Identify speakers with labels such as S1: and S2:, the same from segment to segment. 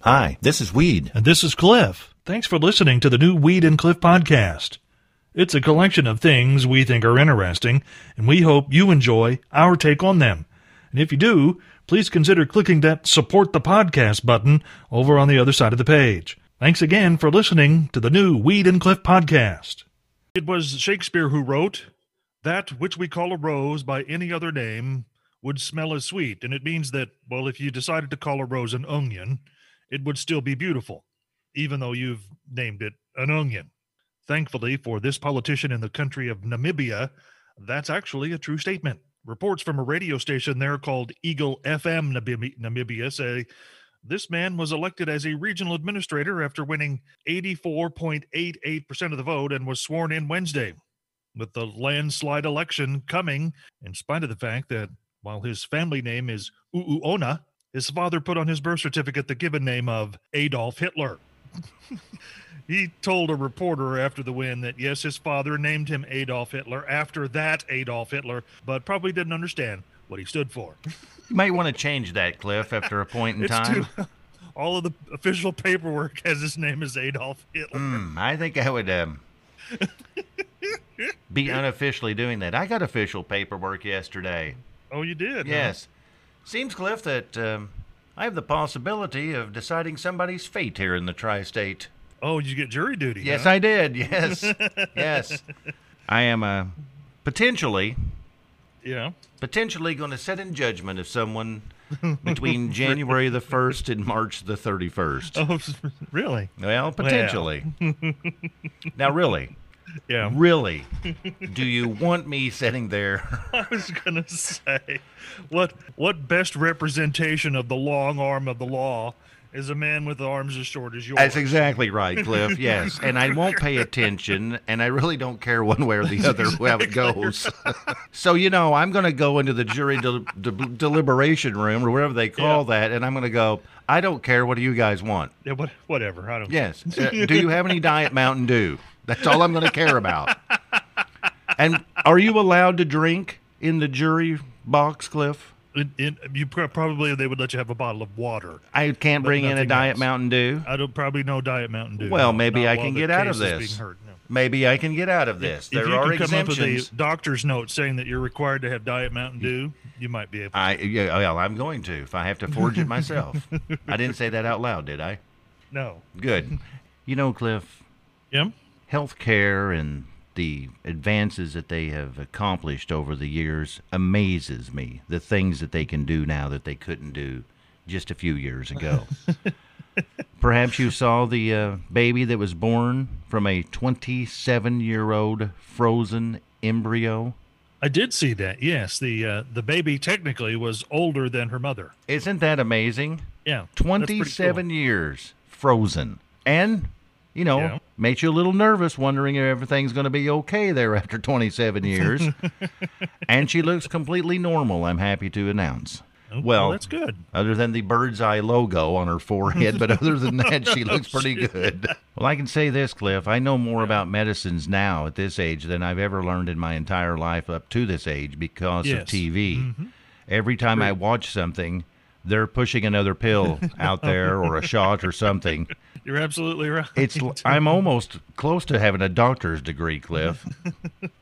S1: Hi, this is Weed.
S2: And this is Cliff. Thanks for listening to the new Weed and Cliff podcast. It's a collection of things we think are interesting, and we hope you enjoy our take on them. And if you do, please consider clicking that support the podcast button over on the other side of the page. Thanks again for listening to the new Weed and Cliff podcast. It was Shakespeare who wrote, That which we call a rose by any other name would smell as sweet. And it means that, well, if you decided to call a rose an onion, it would still be beautiful, even though you've named it an onion. Thankfully, for this politician in the country of Namibia, that's actually a true statement. Reports from a radio station there called Eagle FM Namib- Namibia say this man was elected as a regional administrator after winning 84.88% of the vote and was sworn in Wednesday, with the landslide election coming in spite of the fact that while his family name is Uuona, his father put on his birth certificate the given name of Adolf Hitler. he told a reporter after the win that yes, his father named him Adolf Hitler after that Adolf Hitler, but probably didn't understand what he stood for.
S1: You might want to change that, Cliff, after a point in time.
S2: too- all of the official paperwork has his name as Adolf Hitler.
S1: Hmm, I think I would um, be unofficially doing that. I got official paperwork yesterday.
S2: Oh, you did? huh?
S1: Yes. Seems, Cliff, that um, I have the possibility of deciding somebody's fate here in the tri state.
S2: Oh, you get jury duty.
S1: Yes,
S2: huh?
S1: I did. Yes. yes. I am uh, potentially
S2: Yeah.
S1: potentially going to set in judgment of someone between January the 1st and March the 31st.
S2: Oh, really?
S1: Well, potentially. now, really,
S2: Yeah.
S1: really, do you want me sitting there?
S2: I was gonna say, what what best representation of the long arm of the law is a man with arms as short as yours?
S1: That's exactly right, Cliff. Yes. And I won't pay attention, and I really don't care one way or the other how it goes. so, you know, I'm going to go into the jury del- de- deliberation room or whatever they call that, and I'm going to go, I don't care. What do you guys want?
S2: yeah, what, whatever. I don't.
S1: Yes. Uh, do you have any diet Mountain Dew? That's all I'm going to care about. And are you allowed to drink in the jury box, Cliff?
S2: It, it, you pro- probably they would let you have a bottle of water.
S1: I can't bring in a
S2: nothing
S1: diet
S2: else.
S1: Mountain Dew.
S2: I don't probably no Diet Mountain Dew.
S1: Well,
S2: No,
S1: maybe
S2: not
S1: I
S2: while
S1: can
S2: the
S1: get out of
S2: case is
S1: this.
S2: being heard, no.
S1: Maybe I can get out of this.
S2: if
S1: there
S2: you
S1: are
S2: can come up with
S1: exemptions.
S2: a doctor's note saying that you're required to have Diet Mountain Dew, you might be able.
S1: I yeah, well, I'm going to if I have to forge it myself. I didn't say that out loud, did I?
S2: No.
S1: Good. You know, Cliff,
S2: Yeah.
S1: healthcare and the advances that they have accomplished over the years amazes me. The things that they can do now that they couldn't do just a few years ago. Perhaps you saw the uh, baby that was born from a 27 year old frozen embryo.
S2: I did see that. Yes, the uh, the baby technically was older than her mother.
S1: Isn't that amazing?
S2: Yeah. that's pretty cool.
S1: 27 years frozen. And, you know,
S2: Yeah.
S1: makes you a little nervous wondering if everything's going to be okay there after 27 years. and she looks completely normal, I'm happy to announce.
S2: Oh,
S1: well,
S2: that's good.
S1: Other than the bird's eye logo on her forehead, but other than that, she looks pretty good. Well, I can say this, Cliff. I know more about medicines now at this age than I've ever learned in my entire life up to this age because of
S2: Yes. Mm-hmm.
S1: TV. Every time I watch something, they're pushing another pill out
S2: Oh.
S1: there or a shot or something.
S2: You're absolutely right.
S1: It's l- I'm almost close to having a doctor's degree, Cliff.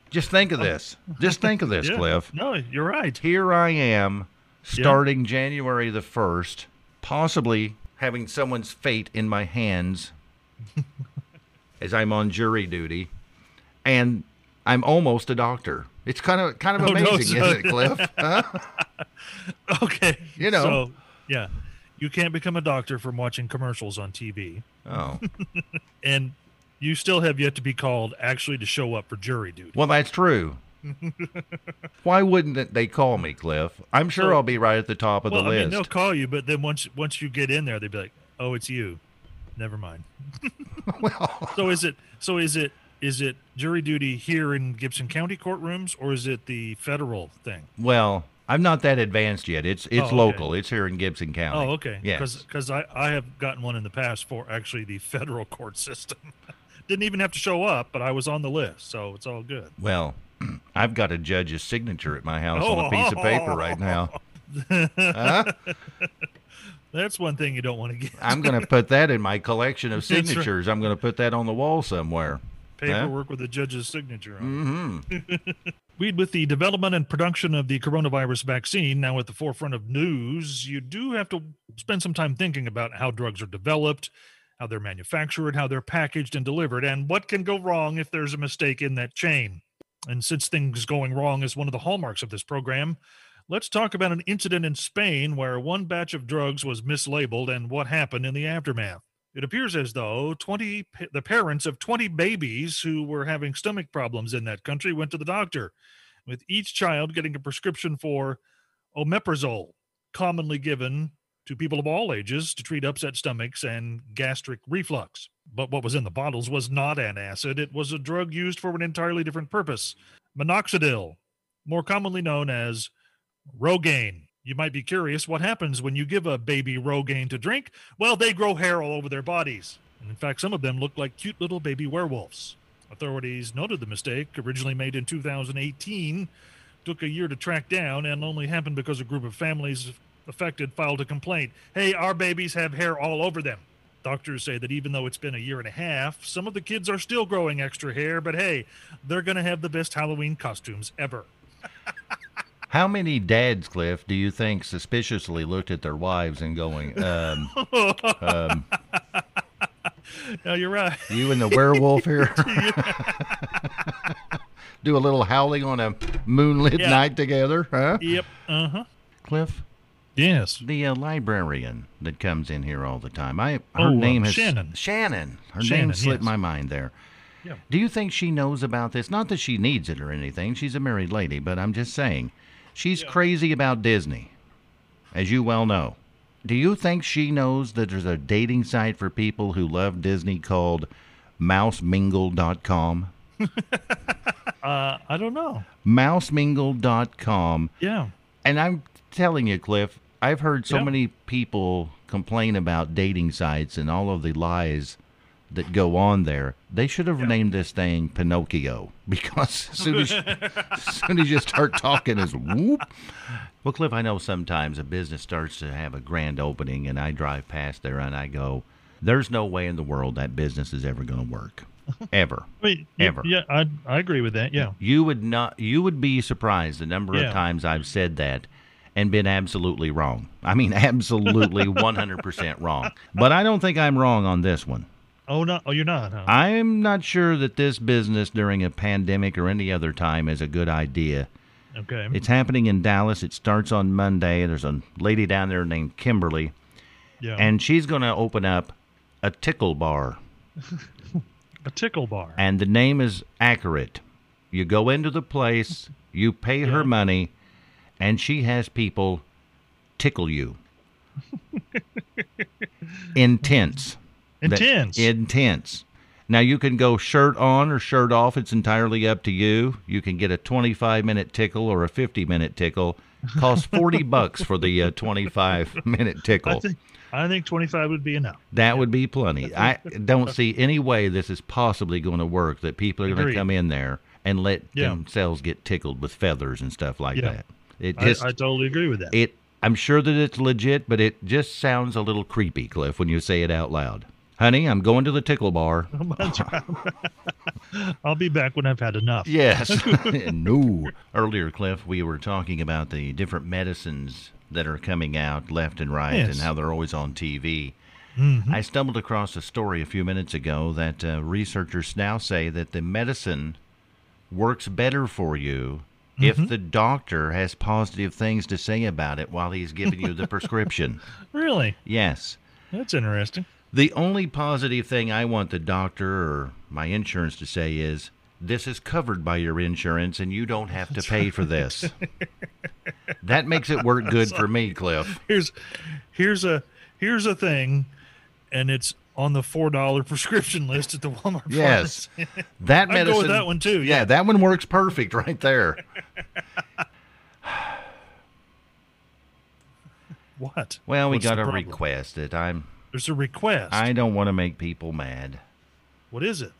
S1: Just think of this. Just think of this,
S2: Yeah.
S1: Cliff.
S2: No, you're right.
S1: Here I am, starting January the 1st, possibly having someone's fate in my hands as I'm on jury duty, and I'm almost a doctor. It's kind of kind of
S2: Oh, no,
S1: amazing,
S2: son.
S1: isn't it, Cliff? Huh?
S2: Okay.
S1: You know.
S2: So, yeah. You can't become a doctor from watching commercials on TV.
S1: Oh.
S2: And you still have yet to be called actually to show up for jury duty.
S1: Well, that's true. Why wouldn't it- they call me, Cliff? I'm sure
S2: So-
S1: I'll be right at the top of
S2: Well,
S1: the
S2: I mean,
S1: list.
S2: they'll call you, but then once once you get in there, they'd be like, "Oh, it's you." Never mind.
S1: well,
S2: So is it so is it is it jury duty here in Gibson County courtrooms or is it the federal thing?
S1: well, I'm not that advanced yet. It's it's
S2: Oh, okay.
S1: local. It's here in Gibson County.
S2: Oh, okay.
S1: Yes.
S2: Because I, I have gotten one in the past for actually the federal court system. Didn't even have to show up, but I was on the list, so it's all good.
S1: Well, I've got a judge's signature at my house on a piece of paper right now. Huh?
S2: That's one thing you don't want to get.
S1: I'm going to put that in my collection of
S2: right.
S1: signatures. I'm going to put that on the wall somewhere.
S2: Paperwork with the judge's signature on. it.
S1: hmm
S2: Weed, with the development and production of the coronavirus vaccine now at the forefront of news, you do have to spend some time thinking about how drugs are developed, how they're manufactured, how they're packaged and delivered, and what can go wrong if there's a mistake in that chain. And since things going wrong is one of the hallmarks of this program, let's talk about an incident in Spain where one batch of drugs was mislabeled and what happened in the aftermath. It appears as though 20 pa- the parents of 20 babies who were having stomach problems in that country went to the doctor with each child getting a prescription for omeprazole, commonly given to people of all ages to treat upset stomachs and gastric reflux. But what was in the bottles was not an acid, it was a drug used for an entirely different purpose minoxidil, more commonly known as Rogaine. You might be curious what happens when you give a baby Rogaine to drink. Well, they grow hair all over their bodies. And in fact, some of them look like cute little baby werewolves. Authorities noted the mistake, originally made in 2018, took a year to track down, and only happened because a group of families affected filed a complaint. Hey, our babies have hair all over them. Doctors say that even though it's been a year and a half, some of the kids are still growing extra hair, but hey, they're going to have the best Halloween costumes ever.
S1: How many dads, Cliff, do you think suspiciously looked at their wives and going, um, um,
S2: No, you're right.
S1: you and the werewolf here? do a little howling on a moonlit
S2: Yeah.
S1: night together, huh?
S2: Yep. Uh huh.
S1: Cliff,
S2: Yes.
S1: the uh, librarian that comes in here all the time. I her
S2: Oh, uh,
S1: name has
S2: Shannon.
S1: Shannon. Her name
S2: Shannon,
S1: slipped
S2: yes.
S1: my mind there.
S2: Yeah.
S1: Do you think she knows about this? Not that she needs it or anything. She's a married lady, but I'm just saying, she's crazy about Disney, as you well know. Do you think she knows that there's a dating site for people who love Disney called mousemingle.com?
S2: Uh, I don't know.
S1: Mousemingle.com
S2: Yeah.
S1: And I'm telling you, Cliff, I've heard so
S2: Yeah.
S1: many people complain about dating sites and all of the lies that go on there. They should have named this thing Pinocchio because as soon as, as soon as you start talking, it's whoop. Well, Cliff, I know sometimes a business starts to have a grand opening, and I drive past there and I go, "There's no way in the world that business is ever going to work, ever."
S2: Wait.
S1: Ever.
S2: Yeah, I I agree with that. Yeah.
S1: You would not. You would be surprised the number
S2: Yeah.
S1: of times I've said that and been absolutely wrong. I mean, absolutely 100% wrong. But I don't think I'm wrong on this one.
S2: Oh no. Oh, you're not. Huh?
S1: I'm not sure that this business during a pandemic or any other time is a good idea.
S2: okay.
S1: It's happening in Dallas. It starts on Monday. There's a lady down there named Kimberly,
S2: yeah.
S1: and she's going to open up a tickle bar.
S2: a tickle bar.
S1: and the name is accurate. You go into the place, you pay her money, and she has people tickle you. intense. That-
S2: Intense.
S1: intense. Now you can go shirt on or shirt off. It's entirely up to you. You can get a 25 minute tickle or a 50 minute tickle. Costs 40 bucks for the uh, 25 minute tickle.
S2: I think I think 25 would be enough.
S1: That would be plenty. I don't see any way this is possibly going to work that people are going
S2: Agreed.
S1: to come in there and let
S2: Yeah.
S1: themselves get tickled with feathers and stuff like
S2: Yeah.
S1: that. It
S2: I,
S1: just
S2: I totally agree with that.
S1: it I'm sure that it's legit, but it just sounds a little creepy, Cliff, when you say it out loud. Honey, I'm going to the tickle bar.
S2: I'll be back when I've had enough.
S1: Yes. no. Earlier, Cliff, we were talking about the different medicines that are coming out left and right
S2: Yes.
S1: and how they're always on TV. I stumbled across a story a few minutes ago that uh, researchers now say that the medicine works better for you if the doctor has positive things to say about it while he's giving you the prescription.
S2: Really?
S1: Yes.
S2: That's interesting.
S1: The only positive thing I want the doctor or my insurance to say is this is covered by your insurance and you don't have to pay for this. that makes it work good for me, Cliff.
S2: Here's here's a here's a thing, and it's on the four dollar prescription list at the Walmart.
S1: Yes.
S2: pharmacy.
S1: That
S2: I'd
S1: medicine
S2: go with that one too.
S1: Yeah, that one works perfect right there.
S2: What?
S1: Well, we
S2: What's
S1: got
S2: the
S1: a
S2: problem?
S1: request that I'm
S2: There's a request.
S1: I don't want to make people mad.
S2: What is it?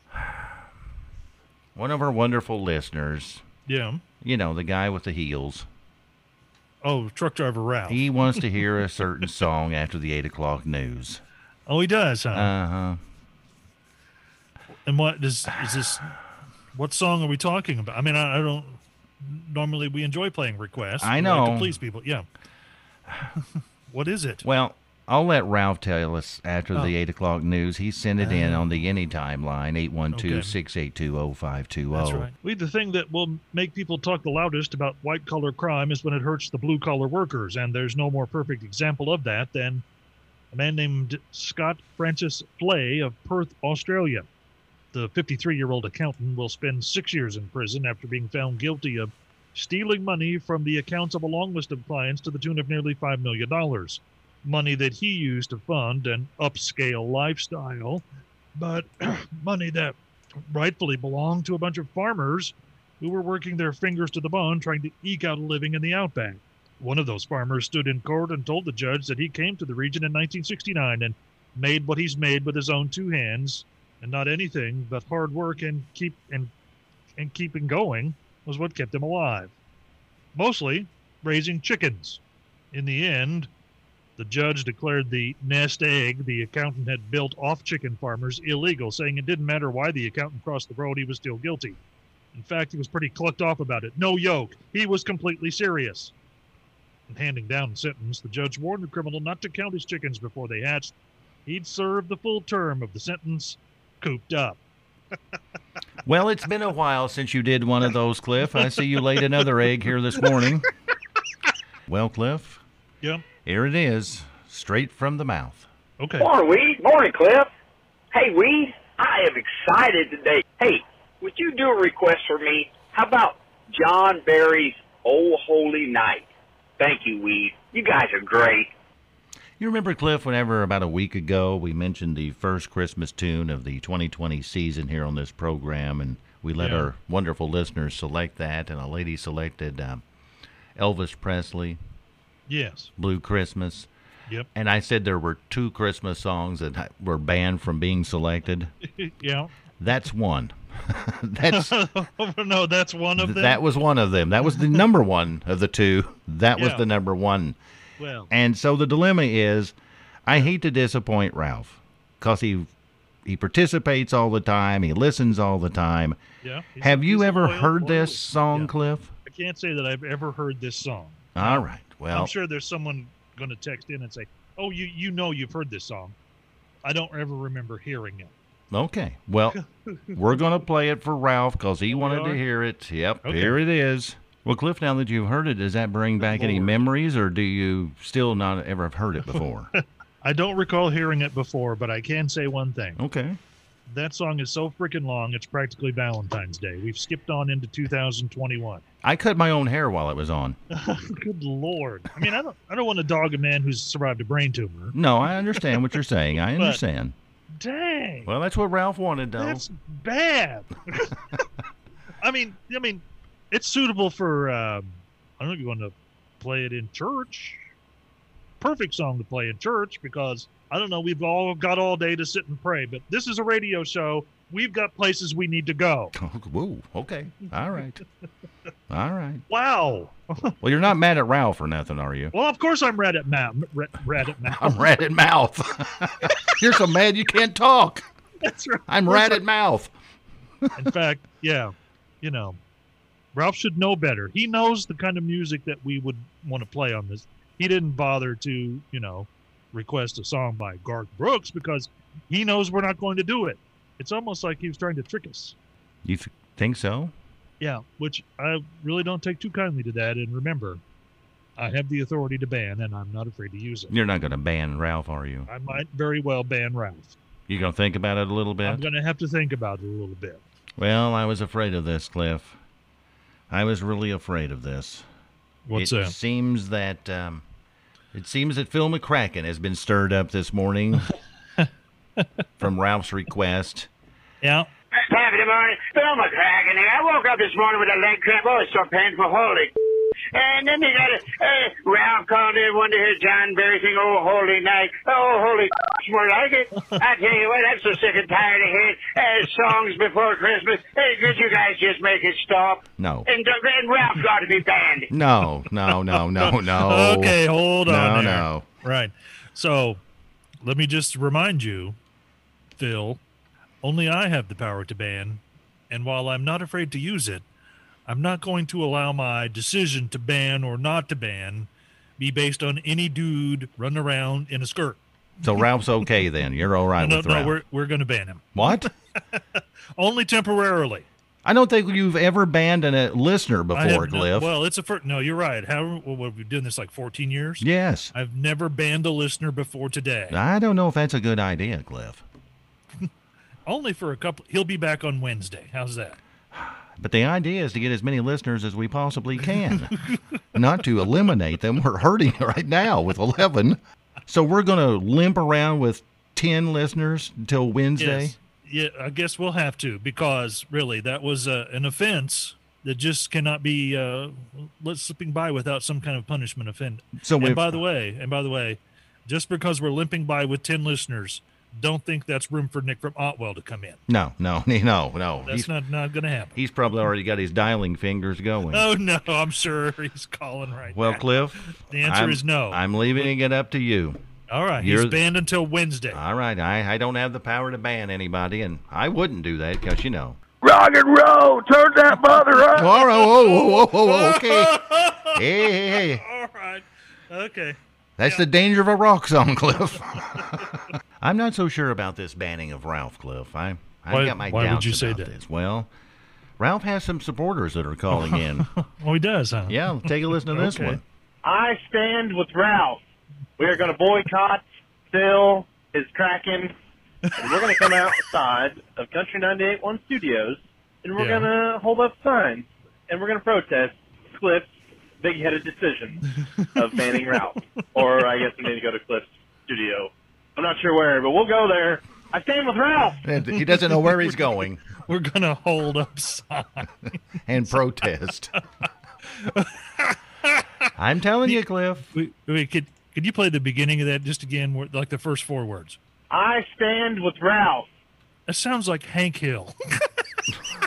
S1: One of our wonderful listeners,
S2: Yeah.
S1: you know, the guy with the heels.
S2: Oh, truck driver Ralph.
S1: He wants to hear a certain song after the eight o'clock news.
S2: oh, he does, huh?
S1: Uh huh.
S2: and what is is this? What song are we talking about? I mean, I, I don't. Normally, we enjoy playing requests.
S1: I
S2: We like to
S1: know.
S2: please people. Yeah. what is it?
S1: Well, I'll let Ralph tell us after
S2: Oh.
S1: the eight o'clock news. He sent it
S2: Uh-huh.
S1: in on the anytime line eight one two six eight two zero five two oh. zero.
S2: That's right. We the thing that will make people talk the loudest about white collar crime is when it hurts the blue collar workers, and there's no more perfect example of that than a man named Scott Francis Flay of Perth, Australia. The 53 year old accountant will spend six years in prison after being found guilty of stealing money from the accounts of a long list of clients to the tune of nearly $5 million. Money that he used to fund an upscale lifestyle, but money that rightfully belonged to a bunch of farmers who were working their fingers to the bone trying to eke out a living in the outback. One of those farmers stood in court and told the judge that he came to the region in 1969 and made what he's made with his own two hands, and not anything but hard work and keep and and keeping going was what kept him alive. Mostly raising chickens. In the end, the judge declared the nest egg the accountant had built off chicken farmers illegal, saying it didn't matter why the accountant crossed the road, he was still guilty. In fact, he was pretty clucked off about it. No yoke. He was completely serious. In handing down the sentence, the judge warned the criminal not to count his chickens before they hatched. He'd served the full term of the sentence cooped up.
S1: Well, it's been a while since you did one of those, Cliff. I see you laid another egg here this morning. Well, Cliff,
S2: Yeah.
S1: here it is, straight from the mouth.
S2: Okay.
S3: Morning, Weed. Morning, Cliff. Hey, Weed, I am excited today. Hey, would you do a request for me? How about John Barry's Oh Holy Night? Thank you, Weed. You guys are great.
S1: You remember, Cliff, whenever about a week ago we mentioned the first Christmas tune of the 2020 season here on this program, and we let
S2: Yeah.
S1: our wonderful listeners select that, and a lady selected um, Elvis Presley,
S2: Yes.
S1: Blue Christmas.
S2: Yep.
S1: And I said there were two Christmas songs that were banned from being selected.
S2: yeah.
S1: That's one. That's
S2: no, that's one of them.
S1: that was one of them. That was the number one of the two. That was
S2: Yeah.
S1: the number one.
S2: well,
S1: And so the dilemma is, I hate to disappoint Ralph because he he participates all the time. He listens all the time.
S2: yeah. He's-
S1: Have you
S2: he's
S1: ever
S2: loyal,
S1: heard
S2: loyal.
S1: this song,
S2: Yeah.
S1: Cliff?
S2: I can't say that I've ever heard this song.
S1: All right. Well,
S2: I'm sure there's someone going to text in and say, "Oh, you you know you've heard this song." I don't ever remember hearing it.
S1: okay. Well, we're gonna play it for Ralph because he wanted to
S2: are?
S1: hear it. Yep.
S2: Okay.
S1: Here it is. Well, Cliff, now that you've heard it, does that bring back any
S2: Lord.
S1: memories, or do you still not ever have heard it before?
S2: I don't recall hearing it before, but I can say one thing.
S1: okay.
S2: That song is so freaking long, it's practically Valentine's Day. We've skipped on into 2021.
S1: I cut my own hair while it was on.
S2: Good lord. I mean, I don't I don't want to dog a man who's survived a brain tumor.
S1: No, I understand what you're saying. I
S2: But-
S1: understand.
S2: Dang.
S1: well, that's what Ralph wanted, though.
S2: That's bad. I mean, I mean, it's suitable for. Um, I don't know if you want to play it in church. Perfect song to play in church because I don't know. We've all got all day to sit and pray, but this is a radio show. We've got places we need to go.
S1: Oh, Whoa. Okay. All right. All right.
S2: Wow.
S1: Well, you're not mad at Ralph or nothing, are you?
S2: Well, of course I'm red at mouth. Red, red at mouth.
S1: I'm rat at mouth. you're so mad you can't talk.
S2: That's right.
S1: I'm rat at mouth.
S2: In fact, yeah, you know, Ralph should know better. He knows the kind of music that we would want to play on this. He didn't bother to, you know, request a song by Garth Brooks because he knows we're not going to do it. It's almost like he was trying to trick us.
S1: You th- think so?
S2: Yeah, which I really don't take too kindly to that. And remember, I have the authority to ban, and I'm not afraid to use it.
S1: You're not going to ban Ralph, are you?
S2: I might very well ban Ralph.
S1: You going to think about it a little bit?
S2: I'm going to have to think about it a little bit.
S1: well, I was afraid of this, Cliff. I was really afraid of this.
S2: What's
S1: it
S2: that?
S1: seems that um, it seems that Phil McCracken has been stirred up this morning from Ralph's request.
S2: Yeah.
S3: Happy morning. Bill McCracken here. I woke up this morning with a leg cramp. Oh, it's so painful. Holy And then they got a, uh, Ralph called in one to hear John Barry sing, Oh, Holy Night. Oh, Holy more like it. I tell you what, I'm so sick and tired of hearing uh, songs before Christmas. Hey, could you guys just make it stop?
S1: No.
S3: And, uh, and Ralph's got to be banned.
S1: No, no, no, no, no.
S2: Okay, hold
S1: No,
S2: on. there.
S1: no.
S2: Right. So let me just remind you, Phil, only I have the power to ban. And while I'm not afraid to use it, I'm not going to allow my decision to ban or not to ban be based on any dude running around in a skirt.
S1: So Ralph's okay then. You're all right
S2: no,
S1: with
S2: no,
S1: Ralph.
S2: we're, we're going to ban him.
S1: What?
S2: Only temporarily.
S1: I don't think you've ever banned an- a listener
S2: I
S1: before,
S2: have no-
S1: Cliff.
S2: well, it's a first. No, you're right. How what, what, we've been doing this like 14 years?
S1: yes.
S2: I've never banned a listener before today.
S1: I don't know if that's a good idea, Cliff.
S2: Only for a couple. He'll be back on Wednesday. How's that?
S1: But the idea is to get as many listeners as we possibly can, not to eliminate them. We're hurting right now with 11. So we're going to limp around with 10 listeners until Wednesday.
S2: Yes. Yeah, I guess we'll have to because really that was uh, an offense that just cannot be uh, let slipping by without some kind of punishment. Offend.
S1: So we-
S2: and by the way, and by the way, just because we're limping by with ten listeners, don't think that's room for Nick from Otwell to come in.
S1: No, no, no, no.
S2: That's
S1: He's,
S2: not not going to happen.
S1: he's probably already got his dialing fingers going.
S2: Oh no, I'm sure he's calling right
S1: Well,
S2: now.
S1: Cliff,
S2: The answer
S1: I'm-
S2: is no.
S1: I'm leaving it up to you.
S2: All right, he's
S1: you're- Uh,
S2: banned until Wednesday.
S1: All right, I, I don't have the power to ban anybody, and I wouldn't do that because you know.
S3: Rock and roll, Oh, turn that mother up.
S1: All right, whoa, whoa, whoa, whoa, whoa, okay. Hey, hey, hey.
S2: All right, okay.
S1: That's the danger of a rock song, Cliff. I'm not so sure about this banning of Ralph, Cliff. I, I've
S2: Why-
S1: got my
S2: why would
S1: doubts
S2: you say
S1: about
S2: that?
S1: this. Well, Ralph has some supporters that are calling in.
S2: Oh, he does, huh?
S1: yeah, take a listen to this
S2: Okay.
S1: one.
S4: I stand with Ralph. We are going to boycott Phil, his Kraken, and we're going to come outside of Country 98.1 Studios, and we're
S2: Yeah.
S4: going to hold up signs, and we're going to protest Cliff's big-headed decision of banning Ralph. Or I guess we need to go to Cliff's studio. I'm not sure where, but we'll go there. I stand with Ralph.
S1: And He doesn't know where he's going
S2: We're gonna hold up sign.
S1: and protest. I'm telling you, Cliff.
S2: We, we could could you play the beginning of that just again, where- like the first four words?
S4: I stand with Ralph.
S2: That sounds like Hank Hill.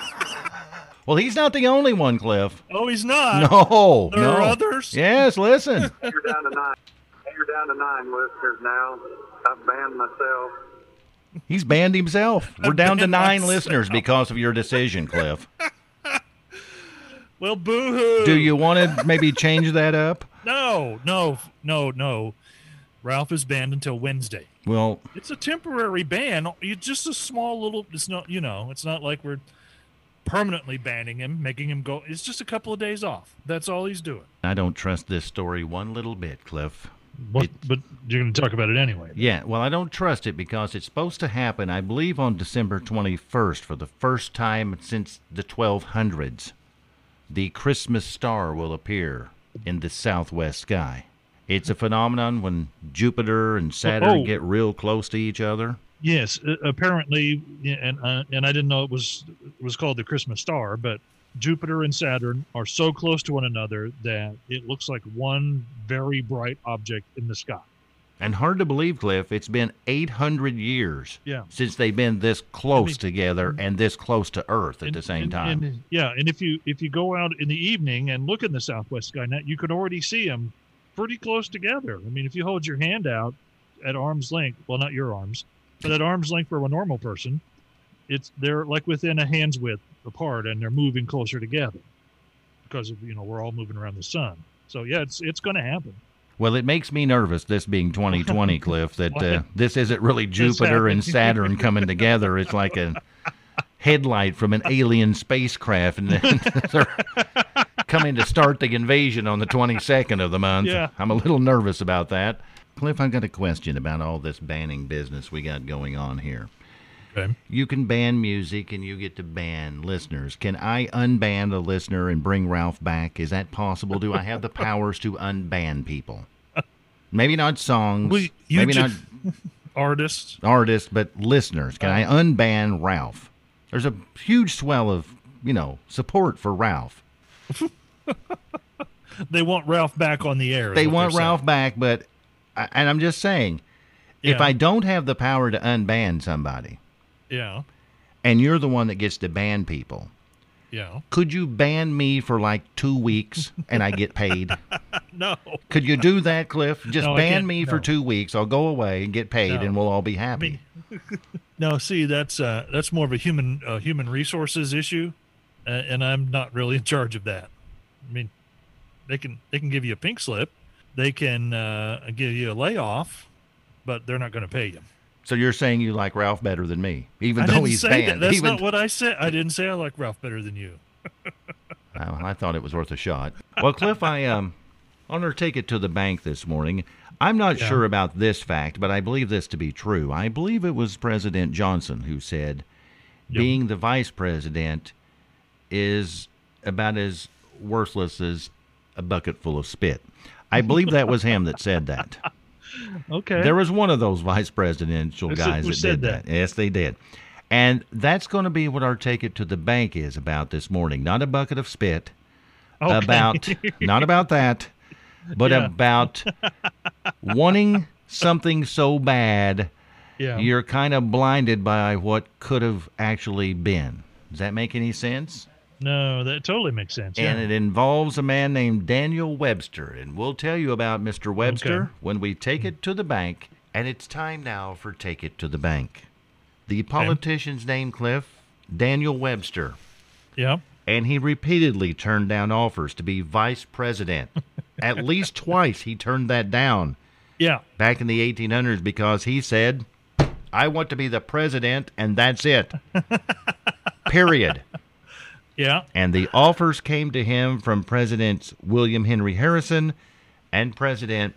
S1: Well, he's not the only one, Cliff.
S2: oh, he's not.
S1: No,
S2: There
S1: no.
S2: are others?
S1: Yes, listen.
S5: You're down to nine. You're down to nine listeners now. I've banned myself.
S1: He's banned himself. We're down to
S2: banned
S1: nine
S2: myself.
S1: listeners because of your decision, Cliff.
S2: Well, boo hoo.
S1: Do you want to maybe change that up?
S2: No, no, no, no. Ralph is banned until Wednesday.
S1: Well,
S2: It's a temporary ban. It's just a small little. It's not. You know. It's not like we're permanently banning him, making him go. It's just a couple of days off. That's all he's doing.
S1: I don't trust this story one little bit, Cliff.
S2: But,
S1: It-
S2: but you're going to talk about it anyway.
S1: Yeah, well, I don't trust it because it's supposed to happen, I believe, on December 21st for the first time since the 1200s. The Christmas star will appear in the southwest sky. It's a phenomenon when Jupiter and Saturn
S2: oh.
S1: get real close to each other.
S2: Yes, a- apparently, yeah, and uh, and I didn't know it was it was called the Christmas star, but Jupiter and Saturn are so close to one another that it looks like one very bright object in the sky.
S1: And hard to believe, Cliff, it's been 800 years
S2: Yeah.
S1: since they've been this close together and this close to Earth at
S2: And-
S1: the same
S2: and-
S1: time.
S2: and- yeah, and if you if you go out in the evening and look in the southwest sky now, you can already see them pretty close together. I mean, if you hold your hand out at arm's length, well, not your arms, but at arm's length for a normal person, it's they're like within a hand's width apart, and they're moving closer together because of you know we're all moving around the sun. So yeah, it's it's going to happen.
S1: well, it makes me nervous, this being 2020, Cliff, that uh,
S2: What?
S1: this isn't really Jupiter and
S2: happening.
S1: Saturn coming together. It's like a headlight from an alien spacecraft, and they're coming to start the invasion on the 22nd of the month.
S2: Yeah.
S1: I'm a little nervous about that. Cliff, I've got a question about all this banning business we got going on here.
S2: Okay.
S1: you can ban music and you get to ban listeners. Can I unban a listener and bring Ralph back? Is that possible? Do I have the powers to unban people? Maybe not songs,
S2: Well, you
S1: maybe
S2: ju-
S1: not
S2: Artists,
S1: artists, but listeners. Can I
S2: Uh.
S1: unban Ralph? There's a huge swell of, you know, support for Ralph.
S2: They want Ralph back on the air. is
S1: They
S2: what
S1: want
S2: they're saying.
S1: Ralph back, but I- and I'm just saying, if
S2: Yeah.
S1: I don't have the power to unban somebody,
S2: Yeah.
S1: and you're the one that gets to ban people,
S2: Yeah.
S1: could you ban me for like two weeks and I get paid?
S2: No.
S1: could you do that, Cliff? Just
S2: No, I
S1: ban
S2: can't.
S1: me for
S2: No.
S1: two weeks. I'll go away and get paid,
S2: No.
S1: and we'll all be happy.
S2: No, see, that's uh, that's more of a human uh, human resources issue, uh, and I'm not really in charge of that. I mean, they can they can give you a pink slip, they can uh, give you a layoff, but they're not going to pay you.
S1: so you're saying you like Ralph better than me, even
S2: I
S1: though
S2: didn't
S1: he's
S2: say that.
S1: banned.
S2: That's
S1: even
S2: not what I said. I didn't say I like Ralph better than you.
S1: Well, I thought it was worth a shot. Well, Cliff, I um, on her take it to the bank this morning. I'm not
S2: Yeah.
S1: sure about this fact, but I believe this to be true. I believe it was President Johnson who said,
S2: Yep.
S1: "Being the vice president is about as worthless as a bucket full of spit." I believe that was him that said that.
S2: Okay.
S1: There was one of those vice presidential
S2: Who said-
S1: guys
S2: who
S1: that
S2: said
S1: did that. Yes, they did. And that's going to be what our take it to the bank is about this morning. Not a bucket of spit.
S2: Okay.
S1: About not about that, but
S2: Yeah.
S1: about wanting something so bad
S2: yeah.
S1: you're kind of blinded by what could have actually been. Does that make any sense?
S2: No, that totally makes sense.
S1: And it involves a man named Daniel Webster. And we'll tell you about Mr. Webster
S2: Okay.
S1: when we take it to the bank. And it's time now for Take It to the Bank. The politician's name, Cliff, Daniel Webster.
S2: yeah.
S1: And he repeatedly turned down offers to be vice president. At least twice he turned that down
S2: Yeah.
S1: back in the 1800s because he said, I want to be the president and that's it. Period.
S2: Yeah.
S1: and the offers came to him from Presidents William Henry Harrison and President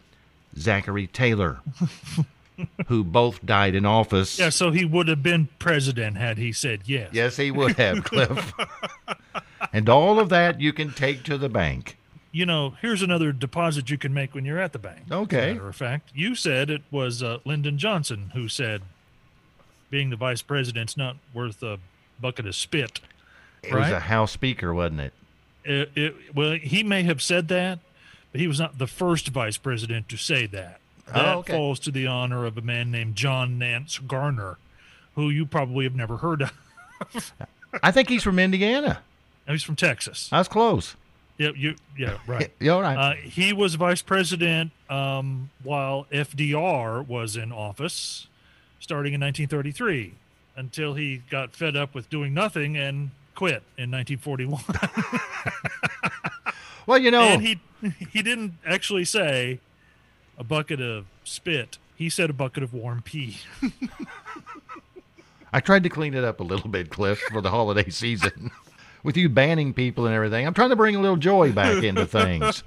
S1: Zachary Taylor, who both died in office.
S2: Yeah. So he would have been president had he said yes.
S1: Yes, he would have, Cliff. and all of that you can take to the bank.
S2: you know, here's another deposit you can make when you're at the bank.
S1: Okay.
S2: As a matter of fact, you said it was uh, Lyndon Johnson who said being the vice president's not worth a bucket of spit.
S1: It was
S2: Right?
S1: a House Speaker, wasn't it?
S2: It- it- well, he may have said that, but he was not the first vice president to say that.
S1: Oh,
S2: That
S1: okay.
S2: falls to the honor of a man named John Nance Garner, who you probably have never heard of.
S1: I think he's from Indiana.
S2: He's from Texas.
S1: I was close.
S2: yeah, you, yeah, right.
S1: You all right?
S2: Uh, he was vice president um, while FDR was in office, starting in 1933, until he got fed up with doing nothing and quit in 1941.
S1: well, you know,
S2: And he he didn't actually say a bucket of spit. He said a bucket of warm pee.
S1: I tried to clean it up a little bit, Cliff, for the holiday season. With you banning people and everything, I'm trying to bring a little joy back into things.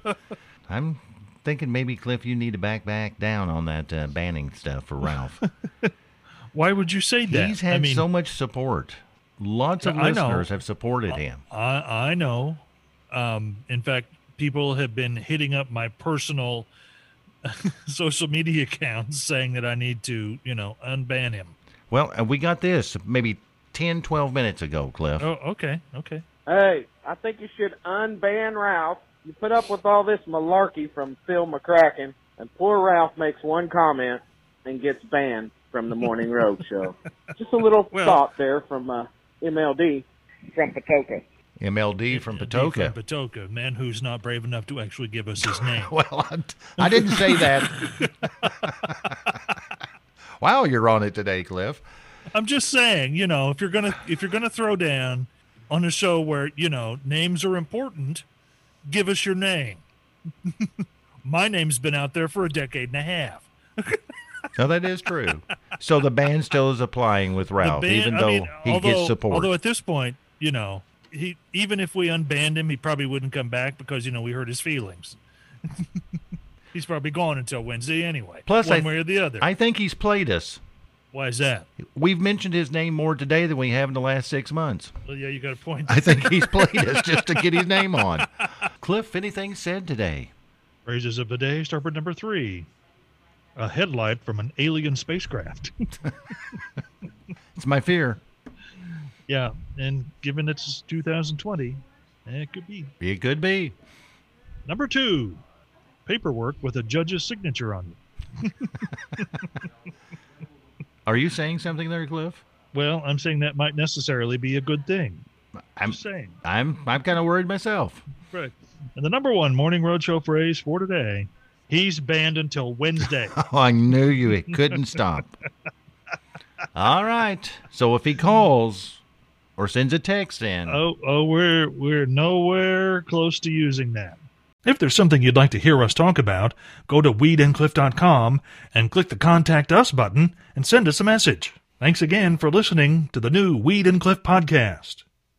S1: I'm thinking maybe, Cliff, you need to back back down on that uh, banning stuff for Ralph.
S2: Why would you say that?
S1: He's had
S2: I mean,
S1: so much support. Lots of
S2: Yeah, I know.
S1: listeners have supported him.
S2: I I know. Um, in fact, people have been hitting up my personal social media accounts saying that I need to, you know, unban him.
S1: Well, uh, we got this maybe 10, 12 minutes ago, Cliff.
S2: Oh, okay, okay.
S6: Hey, I think you should unban Ralph. You put up with all this malarkey from Phil McCracken, and poor Ralph makes one comment and gets banned from the Morning Road Show. Just a little
S2: Well-
S6: thought there from uh, MLD from Patoka.
S1: MLD from
S2: It'd be
S1: Patoka.
S2: From Patoka, man who's not brave enough to actually give us his name.
S1: Well, I, I didn't say that. wow, you're on it today, Cliff.
S2: I'm just saying, you know, if you're gonna if you're gonna throw down on a show where you know names are important, give us your name. My name's been out there for a decade and a half.
S1: No, that is true. so the ban still is applying with
S2: The
S1: Ralph,
S2: ban-
S1: even
S2: I
S1: though
S2: mean,
S1: he
S2: although-
S1: gets support.
S2: Although at this point, you know, he even if we unbanned him, he probably wouldn't come back because you know we hurt his feelings. He's probably gone until Wednesday anyway.
S1: Plus,
S2: one
S1: I-
S2: way or the other.
S1: I think he's played us.
S2: Why is that?
S1: We've mentioned his name more today than we have in the last six months.
S2: Well, yeah, you got a point.
S1: I think he's played us just to get his name on. Cliff, anything said today?
S2: Phrases of the day, start with number three. A headlight from an alien spacecraft.
S1: It's my fear.
S2: yeah, and given it's 2020, eh, it could be.
S1: It could be.
S2: Number two, paperwork with a judge's signature on it.
S1: Are you saying something there, Cliff?
S2: Well, I'm saying that might necessarily be a good thing.
S1: I'm
S2: Just saying.
S1: I'm I'm kind of worried myself.
S2: Right. And the number one morning roadshow phrase for today: He's banned until Wednesday.
S1: Oh, I knew you it couldn't stop. All right. So if he calls or sends a text in,
S2: oh, oh, we're we're nowhere close to using that. If there's something you'd like to hear us talk about, go to weedandcliff.com and click the Contact Us button and send us a message. Thanks again for listening to the new Weed and Cliff podcast.